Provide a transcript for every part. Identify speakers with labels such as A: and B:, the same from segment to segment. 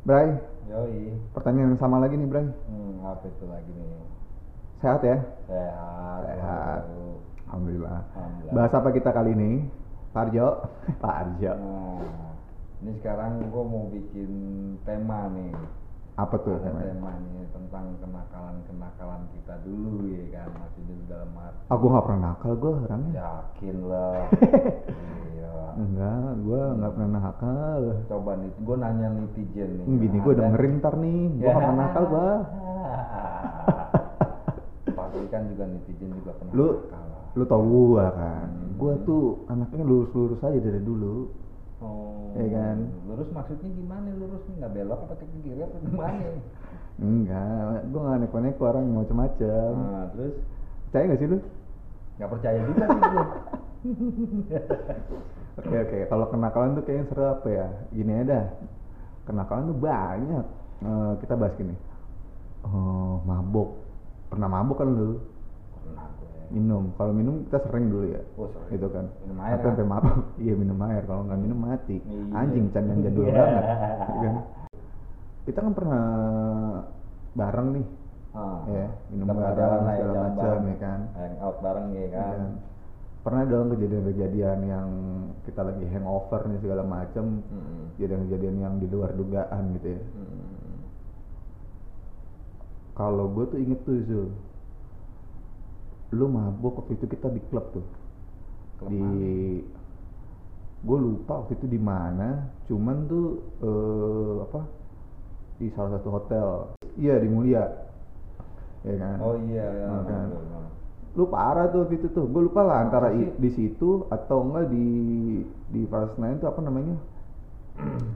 A: Bray,
B: Yoi.
A: pertanyaan yang sama lagi nih Bray.
B: Hmm, apa itu lagi nih?
A: Sehat ya?
B: Sehat.
A: Sehat.
B: waduh.
A: Alhamdulillah.
B: Alhamdulillah.
A: Bahas apa kita kali ini? Pak Arjo. Pak Arjo.
B: Nah, ini sekarang gue mau bikin tema nih.
A: Apa tuh?
B: Ada
A: namanya?
B: temanya tentang kenakalan-kenakalan kita dulu ya kan masih di dalam hati.
A: Ah, gua nggak pernah nakal gua orangnya.
B: Yakin lah. iya.
A: Ya. Enggak, gua nggak pernah nakal.
B: Coba nih, gue nanya netizen nih.
A: Ini Bini gua dengerin ntar nih, gua nggak pernah nakal gua.
B: Pasti kan juga netizen juga pernah
A: Lu-
B: nakal lah.
A: Lu tau gua kan, gua tuh anaknya lurus-lurus aja dari dulu.
B: Oh.
A: Iya kan?
B: Lurus maksudnya gimana lurus nih? Nggak belok apa ke kiri apa gimana?
A: Enggak, gua nggak neko-neko orang macem-macem.
B: Nah, terus
A: Percaya nggak sih lu?
B: nggak percaya juga sih gue.
A: Oke oke, kalau kenakalan tuh kayaknya seru apa ya? Gini aja dah, kenakalan tuh banyak. Eh, kita bahas gini, Eh, mabok. Pernah mabok kan lu?
B: Pernah gue.
A: Minum. Kalau minum kita sering dulu ya,
B: Nah, ya. Oh, sorry.
A: gitu kan.
B: Minum air
A: Atau
B: kan?
A: sampai mabok, iya minum air. Kalau nggak minum mati.
B: Iya.
A: Anjing can yang jadul
B: Iya.
A: banget. ya kan? Kita kan pernah bareng nih,
B: Ah,
A: ya minum
B: kita pernah
A: bareng
B: jalan lah,
A: segala
B: jalan
A: macam
B: bareng.
A: ya kan.
B: Hangout bareng ya kan.
A: Iya. Pernah dong kejadian-kejadian yang kita lagi hangover nih segala macam,
B: Mm-mm.
A: kejadian-kejadian yang di luar dugaan gitu ya.
B: Mm-mm.
A: Kalau gue tuh inget tuh Zul, lu mabok waktu itu kita di klub tuh,
B: Klub
A: di gue lupa waktu itu di mana, cuman tuh eh, apa di salah satu hotel, iya di Mulia, ya kan.
B: Oh iya, ya,
A: Nah, kan.
B: betul, betul.
A: lu parah tuh waktu itu tuh gue lupa lah antara i-
B: sih?
A: di situ atau enggak di di Palestine itu apa namanya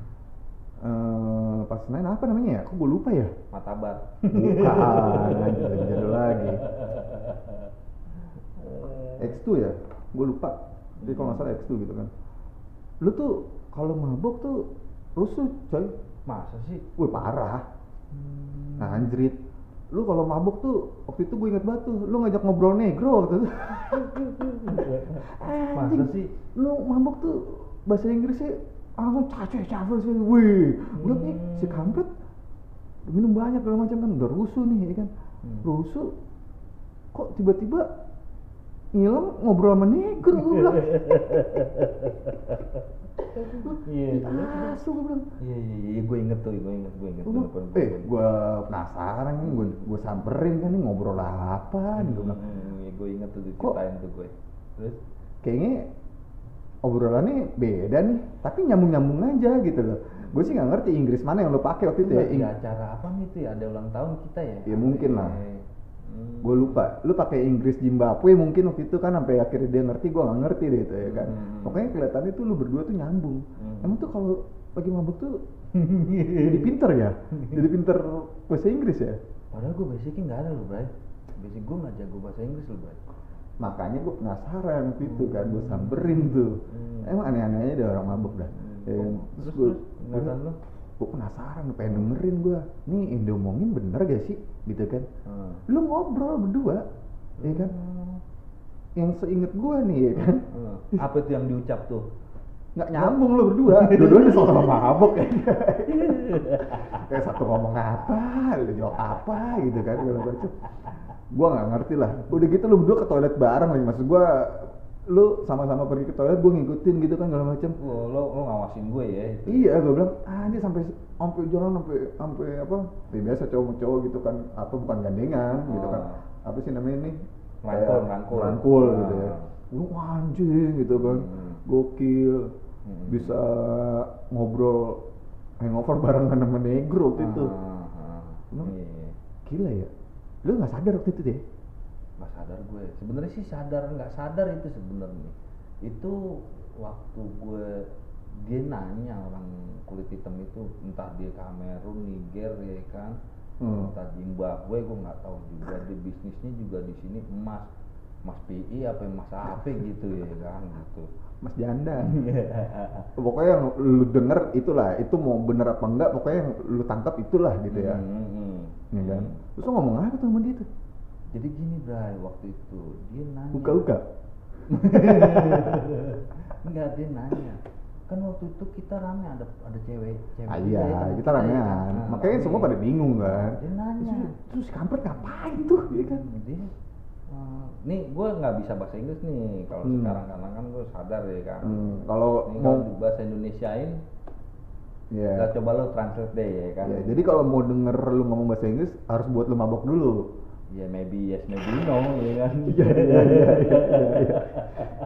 A: eh Palestine apa namanya ya kok gue lupa ya
B: Matabat.
A: bukan anjir, jadul lagi X2 ya gue lupa jadi kalau nggak salah X2 gitu kan lu tuh kalau mabuk tuh rusuh coy
B: Masa sih?
A: Wih parah nah, anjrit lu kalau mabuk tuh waktu itu gue inget banget tuh lu ngajak ngobrol negro waktu itu
B: Masa
A: Anjing,
B: sih?
A: Lu mabok tuh bahasa Inggrisnya langsung cace cafer sih. Wih, udah nih
B: Hmm.
A: si kampret udah minum banyak segala macam kan udah rusuh nih ya kan.
B: Hmm.
A: Rusuh kok tiba-tiba ngilang ngobrol sama negro gue bilang.
B: Iya.
A: Asu gue bilang.
B: Iya, iya, iya, gue inget tuh, gue inget, gue inget. Iya,
A: Gua bilang,
B: bener, bener,
A: Eh,
B: bener.
A: gue penasaran kan, gue gue samperin kan nih ngobrol apa nih gue bilang.
B: Hmm, iya, gue inget tuh
A: Kok-
B: diceritain tuh gue. Terus?
A: kayaknya obrolannya beda nih tapi nyambung nyambung aja gitu loh gue sih nggak ngerti Inggris mana yang lo pakai waktu itu ya
B: kan Lagi acara apa nih tuh ya? Ada ulang tahun kita ya?
A: Ya, mungkin lah.
B: Hmm.
A: gue lupa lu pakai Inggris Zimbabwe mungkin waktu itu kan sampai akhirnya dia ngerti gue nggak ngerti deh itu ya kan
B: Hmm.
A: pokoknya kelihatannya tuh lu berdua tuh nyambung
B: Hmm.
A: emang tuh kalau lagi mabuk tuh jadi pinter ya jadi pinter bahasa Inggris ya
B: Padahal gue basicnya nggak ada loh, Bray. Basic gue nggak jago bahasa Inggris
A: Eh,
B: loh, Bray.
A: makanya gue penasaran waktu itu kan gue samperin tuh
B: Hmm.
A: emang aneh-aneh aja deh orang mabuk dah Ya kan?
B: Terus,
A: gua-
B: terus, kenyataan lo?
A: gue penasaran pengen dengerin gue nih yang diomongin bener gak sih gitu kan
B: Hmm.
A: lu ngobrol berdua ya kan yang seinget gue nih ya kan
B: Hmm. Apa tuh yang diucap tuh?
A: nggak nyambung lu berdua dua-duanya sama-sama mabok ya kayak satu ngomong apa lu jawab apa gitu kan gue baca gue nggak ngerti lah udah gitu lu berdua ke toilet bareng lagi maksud gue lu sama-sama pergi ke toilet gue ngikutin gitu kan segala macem
B: Lo, lo, lo ngawasin gue ya itu.
A: Iya, gue bilang anjir sampai sampai jalan sampai sampai apa? Ya, biasa cowok-cowok gitu kan, apa bukan gandengan gitu kan. Apa sih namanya nih?
B: Ah. Merangkul,
A: Kayak
B: merangkul.
A: merangkul gitu ya.
B: Ah.
A: Lu anjing gitu kan.
B: Hmm.
A: Gokil.
B: Hmm.
A: Bisa ngobrol hangover barengan sama negro waktu itu.
B: Ah, ah.
A: Lu-
B: Iya, iya.
A: Gila ya. Lu nggak sadar waktu itu deh.
B: nggak sadar gue sebenarnya sih sadar nggak sadar itu sebenarnya itu waktu gue dia nanya orang kulit hitam itu entah dia Kamerun Niger ya kan
A: Hmm.
B: entah Zimbabwe gue nggak tahu juga dia bisnisnya juga di sini emas emas PI apa emas apa gitu ya kan gitu
A: Mas Janda.
B: Hmm.
A: pokoknya yang lu denger itulah, itu mau bener apa enggak, pokoknya yang lu tangkap itulah gitu ya.
B: Hmm, hmm.
A: ya kan? Terus lo ngomong apa tuh sama dia tuh?
B: jadi gini Bray waktu itu dia nanya
A: Uka-uka.
B: Enggak, dia nanya. Kan kan waktu itu kita rame ada ada cewek cewek
A: Ah,
B: juga
A: iya,
B: ya, teman
A: kita
B: ya
A: ramean.
B: kan? Nah,
A: Makanya
B: rame.
A: semua pada bingung kan.
B: dia nanya
A: Terus, terus si kampret ngapain tuh? Iya kan?
B: Hmm, dia eh, nih gue nggak bisa bahasa Inggris nih kalau
A: Hmm.
B: sekarang karena kan gue sadar ya kan
A: Hmm, kalau
B: ini
A: mau
B: kalau bahasa Indonesiain
A: Iya.
B: kita coba lo translate deh ya kan
A: Iya, jadi kalau mau denger lu ngomong bahasa Inggris harus buat lu mabok dulu.
B: ya maybe yes maybe no ya kan
A: iya, iya, iya, iya.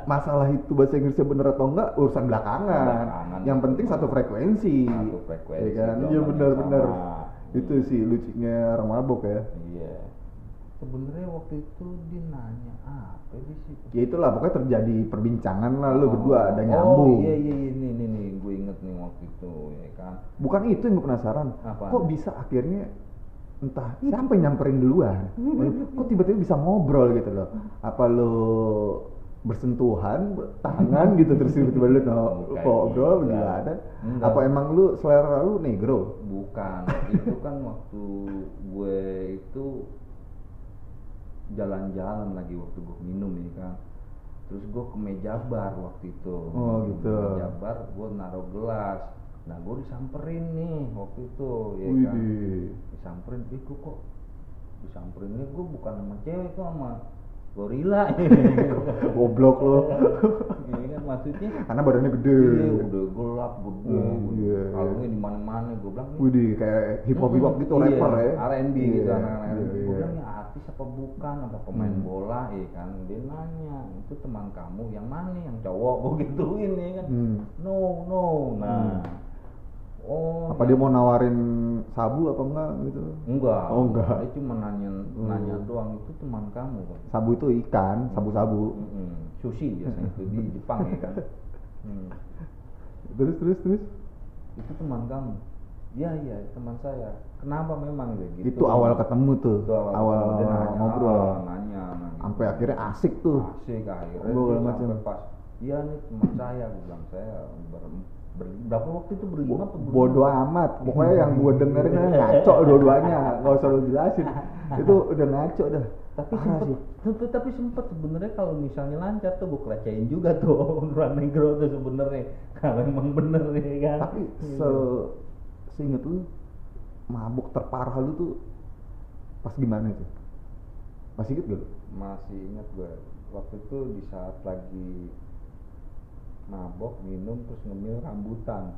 A: Masalah itu bahasa Inggrisnya bener atau enggak urusan belakangan.
B: Belakangan.
A: Yang penting satu frekuensi.
B: Satu frekuensi,
A: Iya kan?
B: gelombang
A: Iya
B: yang
A: benar-benar.
B: sama.
A: Itu sih lucunya orang mabok ya.
B: iya sebenarnya waktu itu dia nanya "Ah, apa sih sih
A: Ya itulah pokoknya terjadi perbincangan lah Ah, lu
B: Oh.
A: berdua ada nyambung.
B: oh iya iya iya ini ini, ini gue inget nih waktu itu ya kan
A: Bukan itu yang gue penasaran.
B: Apa? Iya.
A: Kok bisa akhirnya entah siapa yang nyamperin duluan? Kok tiba-tiba bisa ngobrol gitu loh?
B: Iya.
A: Apa lo bersentuhan tangan
B: Iya.
A: gitu terus tiba-tiba lu no- kok
B: Bukan
A: ngobrol
B: gitu.
A: gimana?
B: Enggak.
A: Apa emang lu selera lu negro?
B: bukan itu kan waktu gue itu jalan-jalan lagi waktu gue minum ya kan terus gue ke meja bar waktu itu
A: Oh, gitu.
B: meja bar gue naruh gelas nah gue disamperin nih waktu itu ya kan
A: Widih.
B: disamperin ih gua kok disamperin ini gue bukan sama cewek kok sama gorila
A: Goblok lo.
B: kan. Iya kan maksudnya
A: Karena badannya gede.
B: iya, udah gelap gede
A: Oh, iya, iya.
B: kalungnya di mana-mana gue bilang "Nih,
A: Widih kayak hip hop hip hop gitu
B: Iya,
A: rapper ya.
B: R&B gitu
A: Iya,
B: anak-anak
A: iya,
B: R&B. Gua
A: iya.
B: bilang, "Ini artis apa bukan apa pemain
A: Hmm.
B: bola ya kan dia nanya itu teman kamu yang mana yang cowok gue gituin ya kan
A: Hmm.
B: no no nah oh
A: Apa
B: ya-
A: dia mau nawarin sabu apa enggak gitu?
B: enggak
A: Oh, enggak. Hmm.
B: dia cuma nanya nanya doang itu teman kamu kan
A: Sabu itu ikan, sabu-sabu.
B: Mm-mm. sushi biasanya itu di Jepang ya kan Hmm.
A: Terus terus terus.
B: itu teman kamu iya iya teman saya kenapa memang ya gitu
A: itu awal ketemu tuh,
B: Itu
A: awal,
B: ketemu, dia nanya,
A: ngobrol.
B: ah, nanya, nanya.
A: Sampai akhirnya asik tuh.
B: asik akhirnya
A: Ngobrol
B: terus
A: macam.
B: sampai pas iya nih teman saya gue bilang saya ber, ber- berapa waktu itu berlima atau berenam?
A: Bodoh amat, pokoknya yang gue dengerin aja ngaco dua-duanya, nggak usah lu jelasin. Itu udah ngaco dah. Ah,
B: tapi
A: Parah
B: sempet,
A: sih.
B: tapi, tapi sempet sebenarnya kalau misalnya lancar tuh gue kelecehin juga tuh orang negro tuh sebenarnya kalau emang bener ya kan
A: Tapi se seinget lu mabuk terparah lu tuh pas gimana tuh? Masih inget gak lu?
B: masih ingat gue waktu itu di saat lagi mabok minum terus ngemil rambutan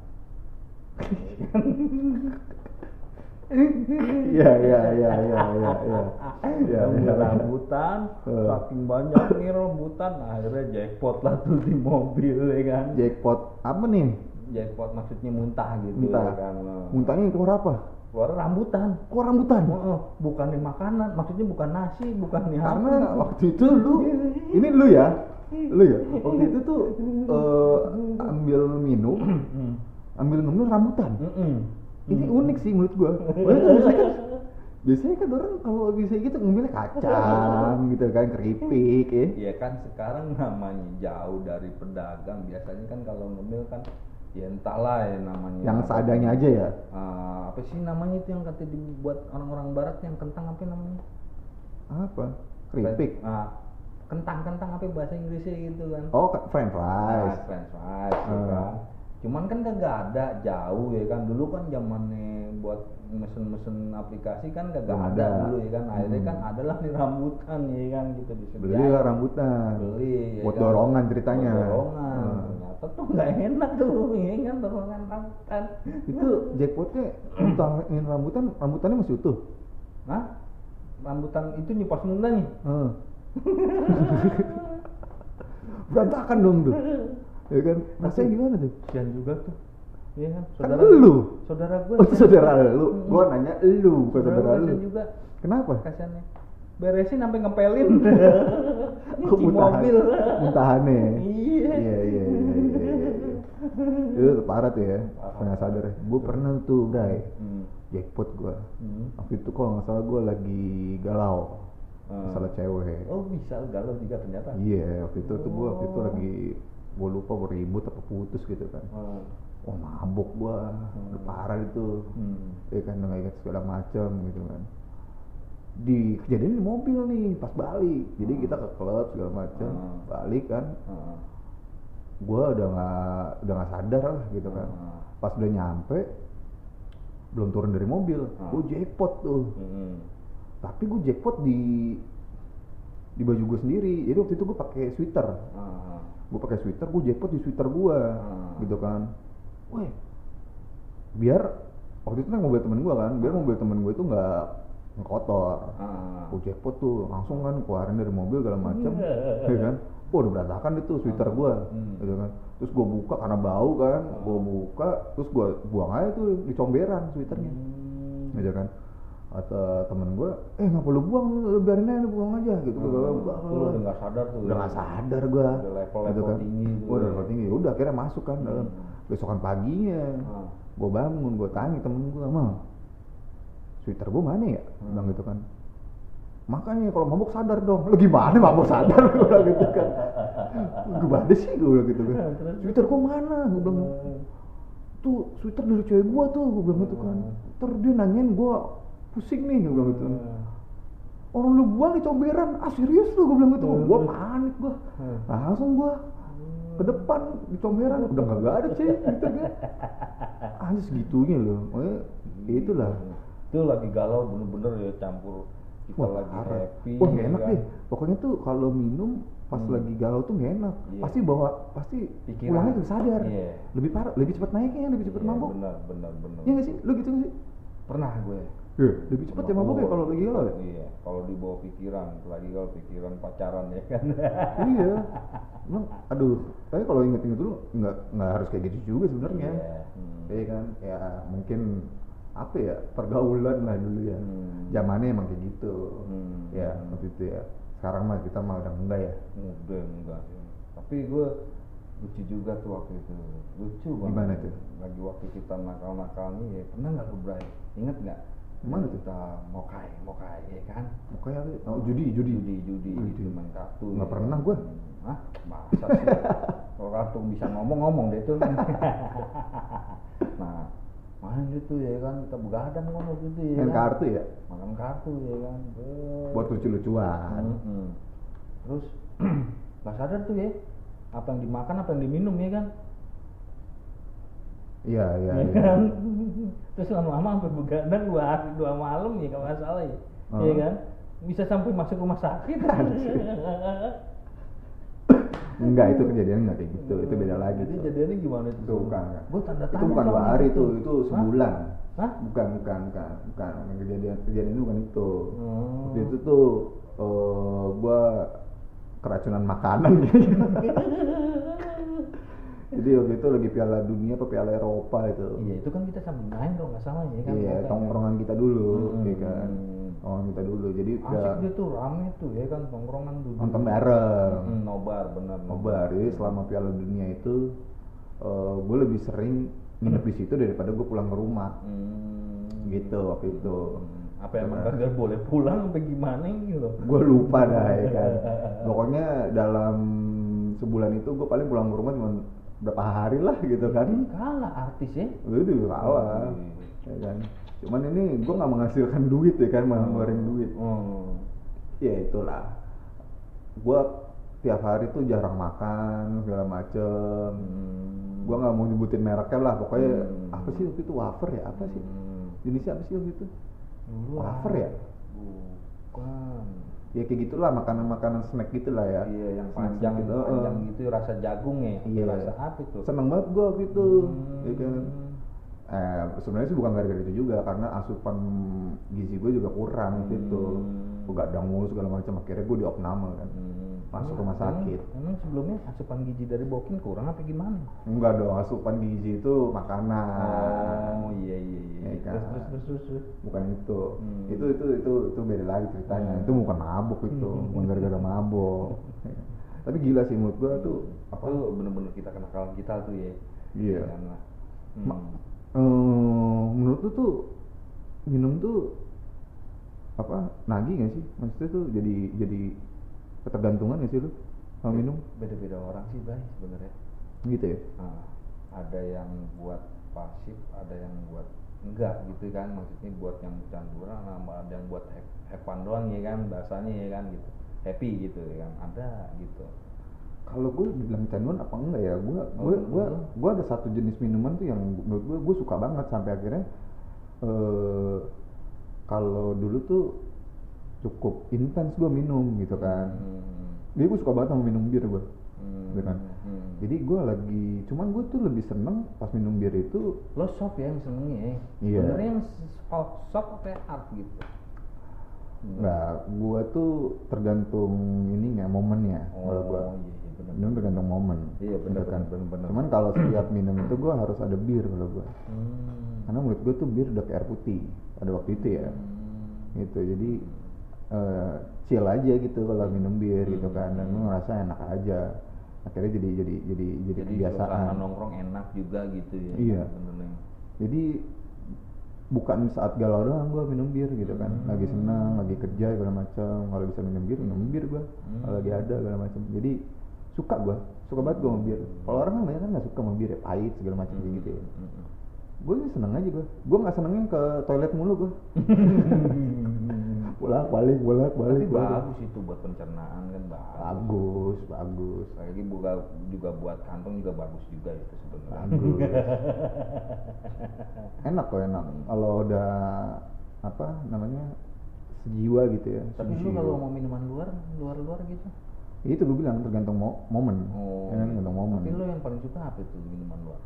A: Iya iya iya iya iya iya. Iya
B: ngemil
A: iya.
B: rambutan
A: Eh.
B: saking banyak nih rambutan akhirnya jackpot lah tuh di mobil ya kan
A: Jackpot apa nih?
B: jackpot maksudnya muntah gitu
A: Muntah.
B: ya kan
A: Muntahnya yang keluar apa?
B: keluar rambutan
A: Keluar rambutan.
B: Heeh, bukannya makanan maksudnya bukan nasi bukannya
A: karena
B: apa.
A: waktu itu lu ini lu ya lu ya waktu itu tuh eh, ambil minum ambil ngemil rambutan
B: Mm-mm.
A: ini unik sih menurut gua Padahal kan biasanya kan biasanya kan orang kalau bisa gitu ngemilnya kacang gitu kan keripik ya
B: Iya kan sekarang namanya jauh dari pedagang biasanya kan kalau ngemil kan ya entahlah ya namanya
A: yang seadanya aja ya
B: Ah, apa sih namanya itu yang kata dibuat orang-orang barat yang kentang apa namanya
A: apa keripik
B: Ah, kentang kentang apa bahasa Inggrisnya gitu kan
A: oh ke- french
B: Ah,
A: fries
B: french fries ya
A: Ah.
B: kan cuman kan kagak ada jauh ya kan dulu kan zamannya buat mesen-mesen aplikasi kan kagak
A: Belum
B: ada,
A: ada.
B: dulu ya kan akhirnya
A: Hmm.
B: kan adalah nih rambutan ya kan gitu disediain.
A: beli lah rambutan
B: beli ya
A: buat
B: kan?
A: dorongan ceritanya
B: Buat dorongan ternyata tuh nggak enak tuh ya kan dorongan rambutan
A: Hmm. itu jackpotnya muntahin rambutan rambutannya masih utuh
B: Hah? rambutan itu nyepas muntah nih
A: Heeh. berantakan dong tuh ya kan rasanya gimana tuh
B: Sian juga tuh Iya kan
A: kan
B: saudara
A: lu
B: saudara gue
A: oh itu saudara lu gua nanya lu bukan
B: saudara
A: saudara
B: gue
A: lu
B: kasihan juga
A: kenapa
B: kasihannya beresin sampai ngepelin nyuci
A: muntahan
B: mobil
A: muntahannya
B: iya
A: iya iya iya iya, iya. itu parah tuh ya pernah sadar gue pernah tuh bray
B: Hmm.
A: jackpot gua
B: Hmm.
A: waktu itu kalau nggak salah gua lagi galau
B: Hmm.
A: masalah cewek
B: oh bisa galau juga ternyata
A: Iya, waktu itu tuh gue waktu itu lagi gue lupa gua ribut apa putus gitu kan.
B: Oh.
A: Wah mabok gua, udah parah itu.
B: Hmm.
A: Ya kan nggak ingat segala macam gitu kan. Di kejadian di mobil nih pas balik. Jadi kita ke klub segala macam,
B: Hmm.
A: balik kan.
B: Ah.
A: gue udah nggak udah nggak sadar lah gitu kan
B: Hmm.
A: pas udah nyampe belum turun dari mobil
B: Hmm.
A: gue jackpot tuh
B: Mm-mm.
A: tapi gue jackpot di di baju gue sendiri jadi waktu itu gue pakai sweater
B: Ah.
A: gue pakai sweater gue jackpot di sweater gue
B: Hmm.
A: gitu kan weh biar waktu itu naik mobil temen gue kan biar mobil temen gue itu nggak nggak kotor
B: Ah.
A: gue jackpot tuh langsung kan keluarin dari mobil segala macem ya kan Wah udah berantakan itu sweater gua
B: Iya, Hmm.
A: gitu kan terus gua buka karena bau kan gua buka terus gua buang aja tuh di comberan sweaternya
B: Hmm.
A: gitu kan atau temen gua eh nggak perlu buang lu biarin aja lu buang aja gitu
B: Itu
A: gua
B: Hmm. lu
A: buang
B: udah nggak sadar tuh.
A: udah nggak sadar gua
B: Udah level-level tinggi Hmm. gitu
A: Gua udah
B: ya.
A: level tinggi udah akhirnya masuk kan dalam besokan paginya
B: Ah.
A: gua bangun gua tanya temen gua mang sweater gua mana ya
B: Hmm.
A: bilang gitu kan makanya kalau mabuk sadar dong lu gimana mabuk sadar gua bilang gitu kan gimana sih gua bilang gitu kan
B: Terus?
A: sweater gua mana gua bilang tuh sweater dari cewek gua tuh gua bilang gitu kan
B: Hmm.
A: ter dia nanyain gua pusing nih gua bilang gitu
B: Iya.
A: kan orang lu buang di comberan ah serius lu gua bilang gitu
B: Hmm.
A: gua panik gua
B: Hmm.
A: langsung gua ke depan di comberan udah nggak ada sih gitu kan anjir segitunya loh makanya ya itulah
B: Itu lagi galau bener-bener ya campur kita lagi
A: parah.
B: happy.
A: Wah, nggak enak
B: kan.
A: deh. Pokoknya tuh kalau minum pas
B: Hmm.
A: lagi galau tuh nggak enak.
B: Iya.
A: Pasti bawa pasti
B: Pikiran.
A: pulangnya nggak sadar.
B: Iya.
A: Lebih parah, lebih cepat naiknya, lebih cepat
B: Iya,
A: mabuk.
B: Benar, benar, benar.
A: Iya nggak sih? Lu gitu nggak sih?
B: Pernah gue.
A: Iya. Lebih cepat ya mabuk ya kalau lagi galau ya?
B: Iya, kalau dibawa pikiran, lagi kalau pikiran pacaran ya kan.
A: iya. Emang, aduh. Tapi kalau inget-inget dulu nggak nggak harus kayak gitu juga sebenarnya.
B: Iya. Hmm.
A: Iya kan? Ya mungkin apa ya pergaulan lah dulu ya.
B: Hmm.
A: Zamannya emang kayak gitu.
B: Hmm.
A: Ya waktu itu ya. Sekarang mah kita mah udah enggak ya.
B: Muda enggak sih. Tapi gue lucu juga tuh waktu itu. Lucu banget.
A: Gimana tuh?
B: Lagi waktu kita nakal-nakalnya ya pernah nggak lu Bray? Ingat nggak?
A: Gimana tuh?
B: Kita mau kai, mau kai ya kan?
A: Pokoknya oh, judi, judi. Oh,
B: Judi, judi,
A: Judi.
B: gitu main kartu.
A: Nggak
B: ya.
A: pernah gua.
B: Hah? Masa sih? Kalau kartu bisa ngomong-ngomong deh tuh. nah, main gitu ya kan, kita begadang kan waktu itu ya
A: Main
B: kan?
A: kartu ya?
B: Makan kartu ya kan? Buat
A: buat lucu-lucuan.
B: Mm-mm. Kan? Terus nggak sadar tuh ya apa yang dimakan apa yang diminum ya kan?
A: Iya, iya,
B: Ya
A: iya.
B: kan? Terus lama-lama sampai begadang dua hari dua malam ya kalau nggak salah ya,
A: Hmm.
B: ya kan? Bisa sampai masuk rumah sakit.
A: Enggak, itu kejadian enggak kayak gitu. Itu beda lagi.
B: Iya. Jadi
A: tuh.
B: jadiannya gimana itu?
A: Itu bukan. bukan.
B: Gue tanda tanya.
A: itu bukan dua
B: soalnya
A: hari tuh, itu
B: Hah?
A: sebulan.
B: Hah?
A: Bukan, bukan, bukan, bukan. Yang Kejadian kejadian itu bukan itu.
B: Hmm.
A: Waktu Oh. itu tuh eh, gua keracunan makanan gitu. Jadi waktu itu lagi Piala Dunia atau Piala Eropa itu.
B: Iya itu kan kita sambil main dong nggak salah ya kan?
A: Iya,
B: Kita-
A: tongkrongan kita dulu,
B: Hmm.
A: ya kan. Tongkrongan kita dulu. Jadi
B: Asik
A: udah
B: dia tuh rame tuh ya kan tongkrongan tuh.
A: nonton bareng.
B: Hmm, nobar bener
A: nobar jadi selama piala dunia itu gue lebih sering nginep di situ daripada gue pulang ke rumah
B: Hmm.
A: gitu waktu itu
B: Apa emang kagak boleh pulang apa gimana gitu?
A: gue lupa dah ya kan pokoknya dalam sebulan itu gue paling pulang ke rumah cuma berapa hari lah gitu kan
B: Kalah artis ya.
A: itu kalah ya kan cuman ini gue nggak menghasilkan duit ya kan malah ngeluarin duit
B: Hmm.
A: ya itulah gue tiap hari tuh jarang makan segala macem
B: Hmm.
A: gua nggak mau nyebutin mereknya lah pokoknya
B: Hmm.
A: apa sih waktu itu wafer ya apa sih
B: Hmm.
A: jenisnya apa sih waktu itu
B: Dulu
A: wafer
B: ada-
A: ya
B: Hmm. Bukan.
A: ya kayak gitulah makanan makanan snack gitulah ya
B: Iya yang
A: Snack-snack
B: panjang
A: gitu, eh.
B: panjang gitu rasa jagung ya.
A: Iya.
B: Rasa apa itu?
A: seneng banget gua waktu itu
B: Hmm.
A: ya kan eh sebenarnya sih bukan gara-gara itu juga karena asupan gizi gue juga kurang waktu itu
B: Hmm.
A: begadang mulu segala macam akhirnya gue diopname kan
B: Hmm.
A: Masuk
B: Emang-
A: rumah sakit.
B: Emang, emang sebelumnya asupan gizi dari bokin kurang apa gimana?
A: enggak dong asupan gizi itu makanan
B: Oh iya iya iya.
A: Ah. Iya kan?
B: Terus terus terus terus. terus.
A: bukan itu
B: Hmm.
A: itu itu itu itu beda lagi ceritanya itu bukan mabuk itu bukan gara-gara mabuk tapi gila sih menurut gua tuh apa
B: Itu bener-bener kita kenakalan kita tuh ya.
A: Iya.
B: Kan lah. Hmm.
A: Ma- eh, menurut lu tuh minum tuh apa nagih gak sih maksudnya tuh jadi jadi ketergantungan gak sih lu sama minum
B: Beda-beda orang sih bay sebenarnya.
A: gitu ya
B: Nah, ada yang buat pasif, ada yang buat enggak gitu kan maksudnya buat yang canduran sama ada yang buat have, have fun doang ya kan bahasanya ya kan gitu happy gitu ya kan ada gitu
A: kalau gue dibilang canduan apa enggak ya gue gue gue gue ada satu jenis minuman tuh yang menurut gue gue suka banget sampai akhirnya eh kalau dulu tuh cukup intens gue minum gitu kan
B: Hmm,
A: jadi gue suka banget sama minum bir gue
B: hmm,
A: gitu kan
B: hmm.
A: jadi gue lagi cuman gue tuh lebih seneng pas minum bir itu
B: lo soft ya yang senengnya ya
A: Iya.
B: sebenarnya yang soft soft kayak art gitu
A: nggak gue tuh tergantung ininya momennya kalau gue
B: iya, iya bener
A: minum tergantung momen
B: Iya, bener,
A: gitu kan.
B: bener, bener, bener.
A: cuman kalau setiap minum itu gue harus ada bir kalau gue
B: Hmm,
A: karena menurut gue tuh bir udah kayak air putih pada waktu itu ya
B: hmm.
A: gitu jadi eh, chill aja gitu kalau minum bir gitu kan dan lu ngerasa enak aja akhirnya jadi jadi jadi jadi,
B: jadi
A: kebiasaan
B: suasana nongkrong enak juga gitu ya
A: Iya.
B: bener nih
A: jadi bukan saat galau doang gue minum bir gitu kan lagi senang lagi kerja segala macam kalau bisa minum bir minum bir gue kalau lagi ada segala macam jadi suka gue suka banget gue sama bir kalau orang kan banyak kan nggak suka sama bir ya pahit segala macam kayak gitu ya
B: Mm-mm.
A: gue seneng aja gue gue nggak senengnya ke toilet mulu gue bolak balik bolak
B: tapi
A: balik bolak
B: bagus itu buat pencernaan kan bagus
A: bagus bagus
B: lagi juga juga buat kantong juga bagus juga itu sebenarnya
A: bagus enak kok enak kalau udah apa namanya sejiwa gitu ya
B: tapi lu
A: sejiwa.
B: kalau mau minuman luar luar luar gitu
A: Ya itu gue bilang tergantung mo- momen
B: Oh.
A: ya kan, tergantung momen
B: tapi lu yang paling suka apa itu minuman luar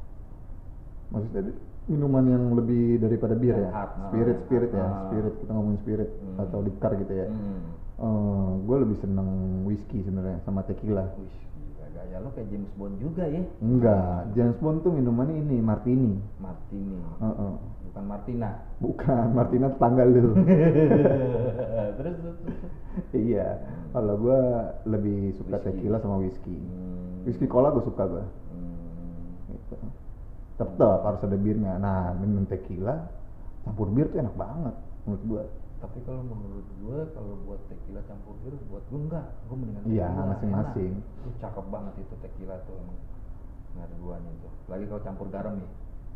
A: maksudnya di- minuman yang lebih daripada bir ya
B: Yang hard, nah,
A: spirit
B: yang
A: spirit
B: hard,
A: ya
B: nah.
A: spirit kita ngomongin spirit atau liquor gitu ya
B: hmm.
A: Eh, gue lebih seneng whisky sebenarnya sama tequila
B: Wih, gila, gaya lu kayak James Bond juga ya
A: enggak James Bond tuh minumannya ini martini
B: Martini
A: Heeh.
B: bukan Martina
A: bukan martina tetangga lu
B: terus terus, terus.
A: iya kalau gue lebih suka tequila sama whisky
B: Hmm,
A: whisky cola gue suka gue
B: hmm.
A: gitu. tetap harus ada birnya nah minum tequila campur bir tuh enak banget menurut gua
B: tapi kalau menurut gue kalau buat tequila campur bir buat gue enggak gue mendingan
A: Iya,
B: tequila,
A: masing-masing.
B: enak. Ih, cakep banget itu tequila tuh emang nggak ada duanya tuh lagi kalau campur garam ya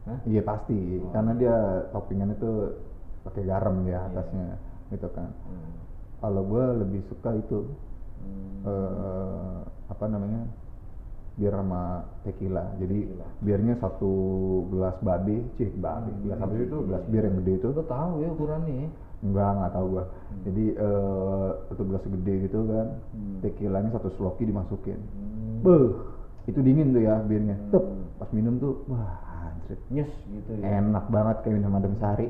B: Hah?
A: iya pasti karena dia toppingan itu pakai garam ya atasnya gitu kan
B: Hmm.
A: kalau gua lebih suka itu
B: Hmm.
A: eh, apa namanya bir sama tequila jadi
B: Tequila.
A: birnya satu gelas babi cih babi gelas apa sih itu gelas bir yang gede itu
B: Lu tahu ya ukurannya ya?
A: Enggak, nggak tahu gua. Jadi eh satu gelas gede gitu kan, tequilanya satu sloki dimasukin.
B: Hmm.
A: Beuh, itu dingin tuh ya birnya. Tep, pas minum tuh, wah anjrit.
B: nyes gitu ya
A: Enak banget kayak minum Adam Sari.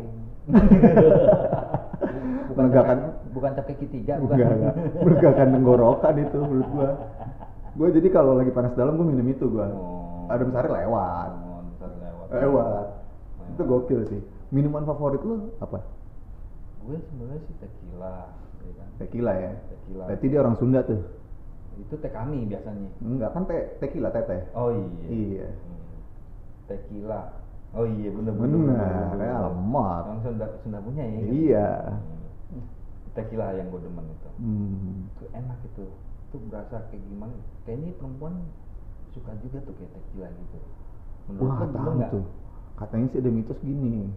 B: bukan
A: Menegakkan,
B: capek- bukan capek ketiga bukan
A: enggak, enggak. Menegakkan tenggorokan itu menurut gua. Gua jadi kalau lagi panas dalam gua minum itu gua.
B: Oh.
A: Adam Sari lewat.
B: Oh, ntar lewat
A: Lewat. Itu gokil sih. Minuman favorit lu apa?
B: gue sebenarnya sih tequila ya kan
A: Tequila ya.
B: tequila
A: Berarti dia orang Sunda tuh.
B: itu teh kami biasanya
A: Enggak kan te tequila teteh.
B: oh iya
A: Iya.
B: Hmm. Tequila. Oh iya bener bener.
A: Benar,
B: bener,
A: ya
B: bener.
A: lemak.
B: Yang Sunda Sunda punya ya. gitu.
A: Iya.
B: Hmm. Tequila yang gue demen itu.
A: Hmm.
B: Itu enak itu. Itu berasa kayak gimana? Kayaknya perempuan suka juga tuh kayak tequila gitu.
A: Wah,
B: lu
A: tahu
B: nggak?
A: tuh. Katanya sih ada mitos gini.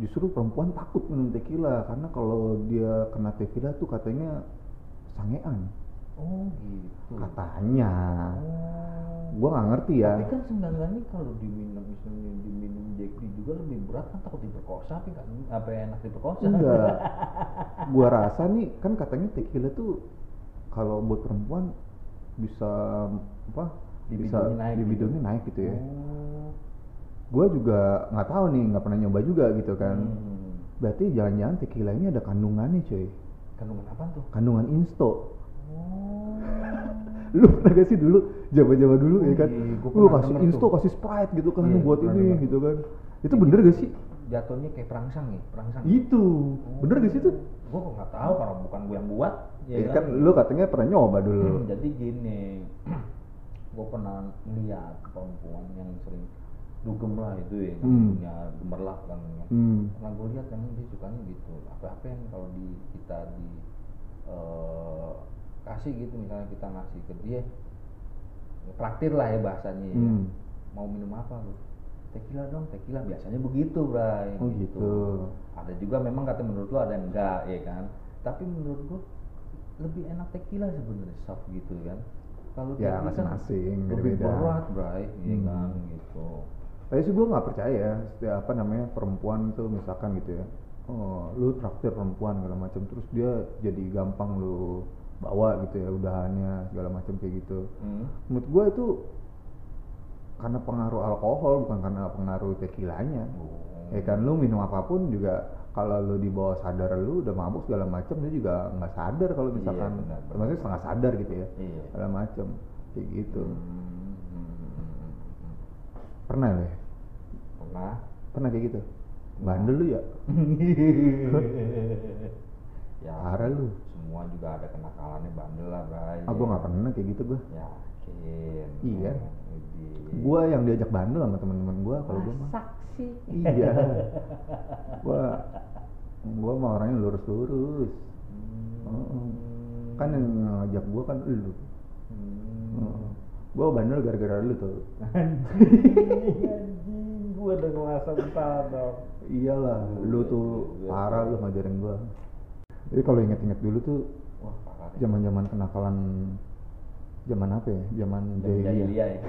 A: Justru perempuan takut minum tequila karena kalau dia kena tequila tuh katanya sangean.
B: Oh gitu.
A: Katanya.
B: Oh.
A: Gua nggak ngerti ya.
B: Tapi kan seenggaknya kalau diminum misalnya diminum Jack D juga lebih berat kan takut diperkosa tapi kan apa enak diperkosa.
A: Enggak. Gua rasa nih kan katanya tequila tuh kalau buat perempuan bisa apa? Bisa
B: Dibidunya naik gitu.
A: dibidungnya naik gitu ya.
B: Oh.
A: Gua juga nggak tahu nih, nggak pernah nyoba juga gitu kan.
B: Hmm.
A: Berarti jangan-jangan tequila ini ada kandungannya cuy
B: Kandungan apa tuh?
A: Kandungan insto
B: Oh.
A: Lu pernah gak sih dulu, jawa-jawa dulu ya kan
B: Iya, gua
A: Lu
B: pernah
A: kasih
B: denger
A: insto,
B: tuh.
A: kasih sprite gitu kan
B: Iya,
A: buat
B: pernah
A: ini
B: denger. Iya.
A: gitu kan Itu bener gak sih?
B: Jatuhnya kayak perangsang ya, perangsang.
A: Itu, bener gak sih itu?
B: Gue kok nggak tahu karena bukan gue yang buat.
A: Ya, kan lu katanya pernah nyoba dulu
B: Iya, Hmm, jadi gini, gue pernah lihat perempuan yang sering dugem lah itu ya, kan,
A: Hmm.
B: punya gemerlap kan. ya.
A: Hmm.
B: Karena gue lihat emang dia sukanya gitu. Apa-apa yang kalau di kita di eh, kasih gitu misalnya kita ngasih ke dia, praktir lah ya bahasanya. ya.
A: Hmm.
B: Mau minum apa lu? Tequila dong, tequila biasanya begitu, Bray.
A: Oh gitu
B: ada juga memang kata menurut lo ada yang enggak ya kan tapi menurut gua lebih enak tequila sebenarnya soft gitu kan kalau
A: Ya,
B: Turki kan
A: masing-masing,
B: lebih
A: beda-beda.
B: berat bray ya
A: Hmm.
B: kan gitu
A: Tapi sih gue nggak percaya ya, setiap apa namanya perempuan tuh misalkan gitu ya, oh, lu traktir perempuan segala macam, terus dia jadi gampang lu bawa gitu ya udahannya segala macam kayak gitu.
B: Hmm.
A: Menurut gue itu karena pengaruh alkohol bukan karena pengaruh tequilanya.
B: Oh.
A: Ya kan lu minum apapun juga kalau lu di bawah sadar lu udah mabuk segala macam lu juga nggak sadar kalau misalkan
B: Iya, benar, benar.
A: maksudnya setengah sadar gitu ya
B: Iya.
A: segala macam kayak gitu
B: Hmm, hmm, hmm, hmm, hmm.
A: pernah lu ya
B: pernah
A: pernah kayak gitu bandel lu ya
B: ya
A: parah lu
B: semua juga ada kenakalannya bandel lah bray Ya,
A: ah gua nggak pernah kayak gitu gua
B: yakin
A: Iya.
B: Jadi-
A: gua yang diajak bandel sama teman-teman gua kalau gua mah
B: saksi
A: iya gua gua mah orangnya lurus-lurus Heeh. kan yang ngajak gua kan lu Heeh. gua bandel gara-gara lu tuh
B: anjing gue udah ngerasa besar dong
A: Iyalah, iya, lu tuh parah lu ngajarin gua. Jadi kalau inget-inget dulu tuh
B: wah parah nih.
A: zaman-zaman kenakalan zaman apa ya? Zaman jahiliyah.
B: jahiliyah ya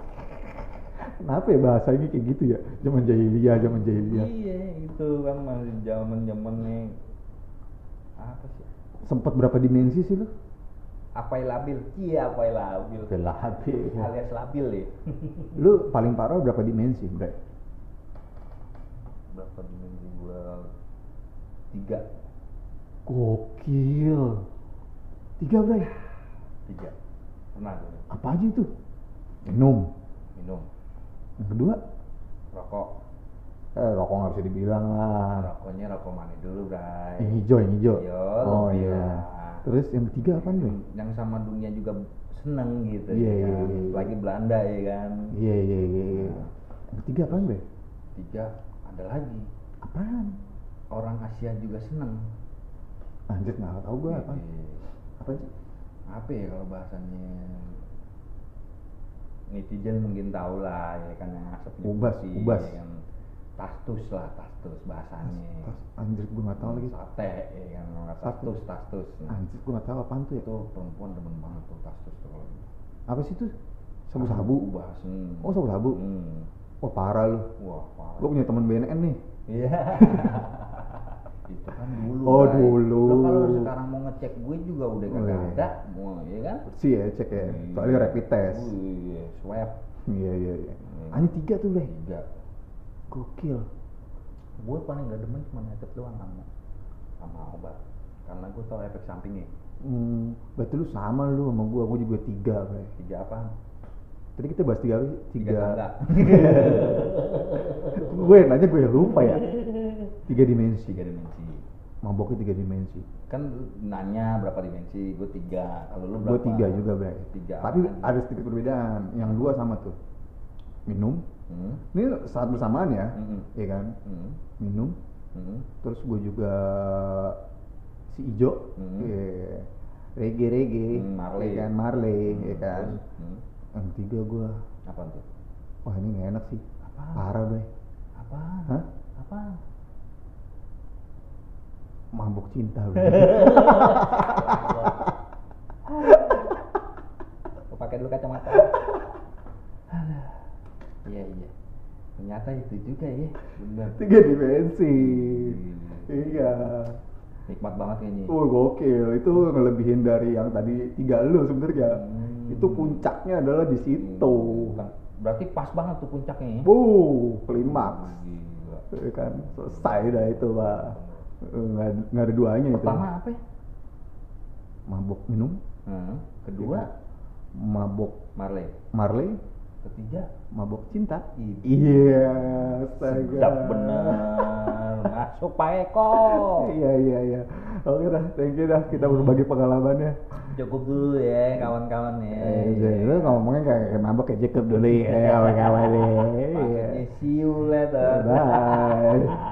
A: Kenapa ya bahasanya kayak gitu ya? Zaman jahiliyah, zaman jahiliyah.
B: iya itu kan masih zaman zamannya apa sih
A: Sempat berapa dimensi sih lu?
B: apai labil iya apai labil
A: Bela hati.
B: alias labil ya
A: Iya. Lu paling parah berapa dimensi, Bre?
B: berapa dimensi gua tiga
A: Gokil. Tiga, Bre.
B: tiga pernah gua
A: Apa aja itu? Minum.
B: minum
A: Yang kedua,
B: rokok Nah,
A: eh, rokok nggak bisa dibilang lah.
B: rokoknya rokok mana dulu bray
A: Yang hijau, yang hijau.
B: Iya,
A: oh
B: lebih
A: iya.
B: lah.
A: Terus yang ketiga apa nih?
B: yang sama dunia juga seneng gitu
A: Iya, iya,
B: ya kan?
A: iya, iya.
B: lagi Belanda ya kan
A: Iya iya iya. iya. Yang ketiga apa bre?
B: tiga ada lagi
A: Apaan?
B: orang Asia juga seneng
A: Anjir nggak tahu gua apa.
B: Jadi,
A: Apa sih?
B: apa ya kalau bahasanya netizen mungkin tahu lah ya kan yang asap
A: Ubas, ubas.
B: ya kan tastus lah tastus bahasanya
A: Tas, anjir gua nggak tahu lagi.
B: sate ya kan
A: Tastus.
B: orang
A: Ah.
B: tastus tastus nah,
A: Anjir gua nggak tahu apaan tuh ya.
B: itu perempuan demen banget tuh tastus tuh kalau
A: Apa sih tuh? Sabu-sabu.
B: ubas hmm.
A: Oh sabu-sabu.
B: Hmm.
A: Wah parah lu.
B: wah parah.
A: Gua punya teman BNN nih.
B: Iya. itu kan dulu.
A: Oh,
B: Bray.
A: dulu.
B: Lo kalau sekarang mau ngecek gue juga udah kagak
A: Weh.
B: ada, mau ya kan?
A: Si ya cek ya. Soalnya rapid test.
B: Iya, swab
A: Iya iya iya. Anjir tiga tuh bre.
B: tiga.
A: Gokil.
B: Gue paling gak demen cuma headset doang sama sama obat. Karena gue tau efek sampingnya.
A: Hmm, berarti lu sama lu sama gua, gua juga tiga bre.
B: Tiga apa?
A: Tadi kita bahas tiga apa sih?
B: Tiga tangga.
A: gue yang nanya gue yang lupa ya tiga dimensi kan?
B: tiga dimensi.
A: maboknya tiga dimensi
B: Kan lu nanya berapa dimensi? Gue tiga. Kalau lu
A: gue
B: berapa?
A: tiga juga bre
B: Tiga Hmm.
A: tapi
B: apaan?
A: ada sedikit perbedaan yang dua sama tuh minum
B: Hmm.
A: ini saat bersamaan ya
B: Mm-mm.
A: ya kan
B: Hmm.
A: minum
B: Hmm.
A: terus gue juga si ijo
B: Hmm.
A: iya. reggae reggae
B: Hmm, Marley.
A: ya kan Marley ya
B: Hmm.
A: kan
B: Terus? Hmm.
A: yang tiga gue
B: Apa tuh?
A: wah ini gak enak sih
B: Apaan?
A: parah bre
B: Apaan?
A: Hah?
B: Apaan?
A: mabuk cinta bre
B: Gua pakai dulu kacamata. Aduh. Iya iya. Ternyata itu juga ya. Bener.
A: tiga dimensi iya
B: Nikmat banget kayaknya.
A: Oh gokil, itu ngelebihin dari yang tadi tiga lu sebenarnya.
B: Hmm.
A: Itu puncaknya adalah di situ.
B: Bukan. Berarti pas banget tuh puncaknya ya.
A: Wow, klimaks.
B: Gila.
A: Ya Kan selesai dah itu, Pak. Eh, Nggak, nggak ada duanya itu.
B: Pertama apa ya?
A: Mabok minum,
B: Hmm. Kedua
A: Iya. mabok
B: Marley.
A: Marley,
B: Ketiga
A: mabok cinta.
B: Ih.
A: Iya, astaga.
B: sedap bener. Masuk Pak Eko.
A: Iya, iya, iya. Oke dah, thank you dah kita berbagi pengalamannya.
B: Cukup dulu ya kawan-kawan ya.
A: Eh, jadi lu ngomongnya kayak kayak mabok kayak Jacob dulu ya, kawan-kawan ya. Iya.
B: Maksudnya see you later.
A: Bye.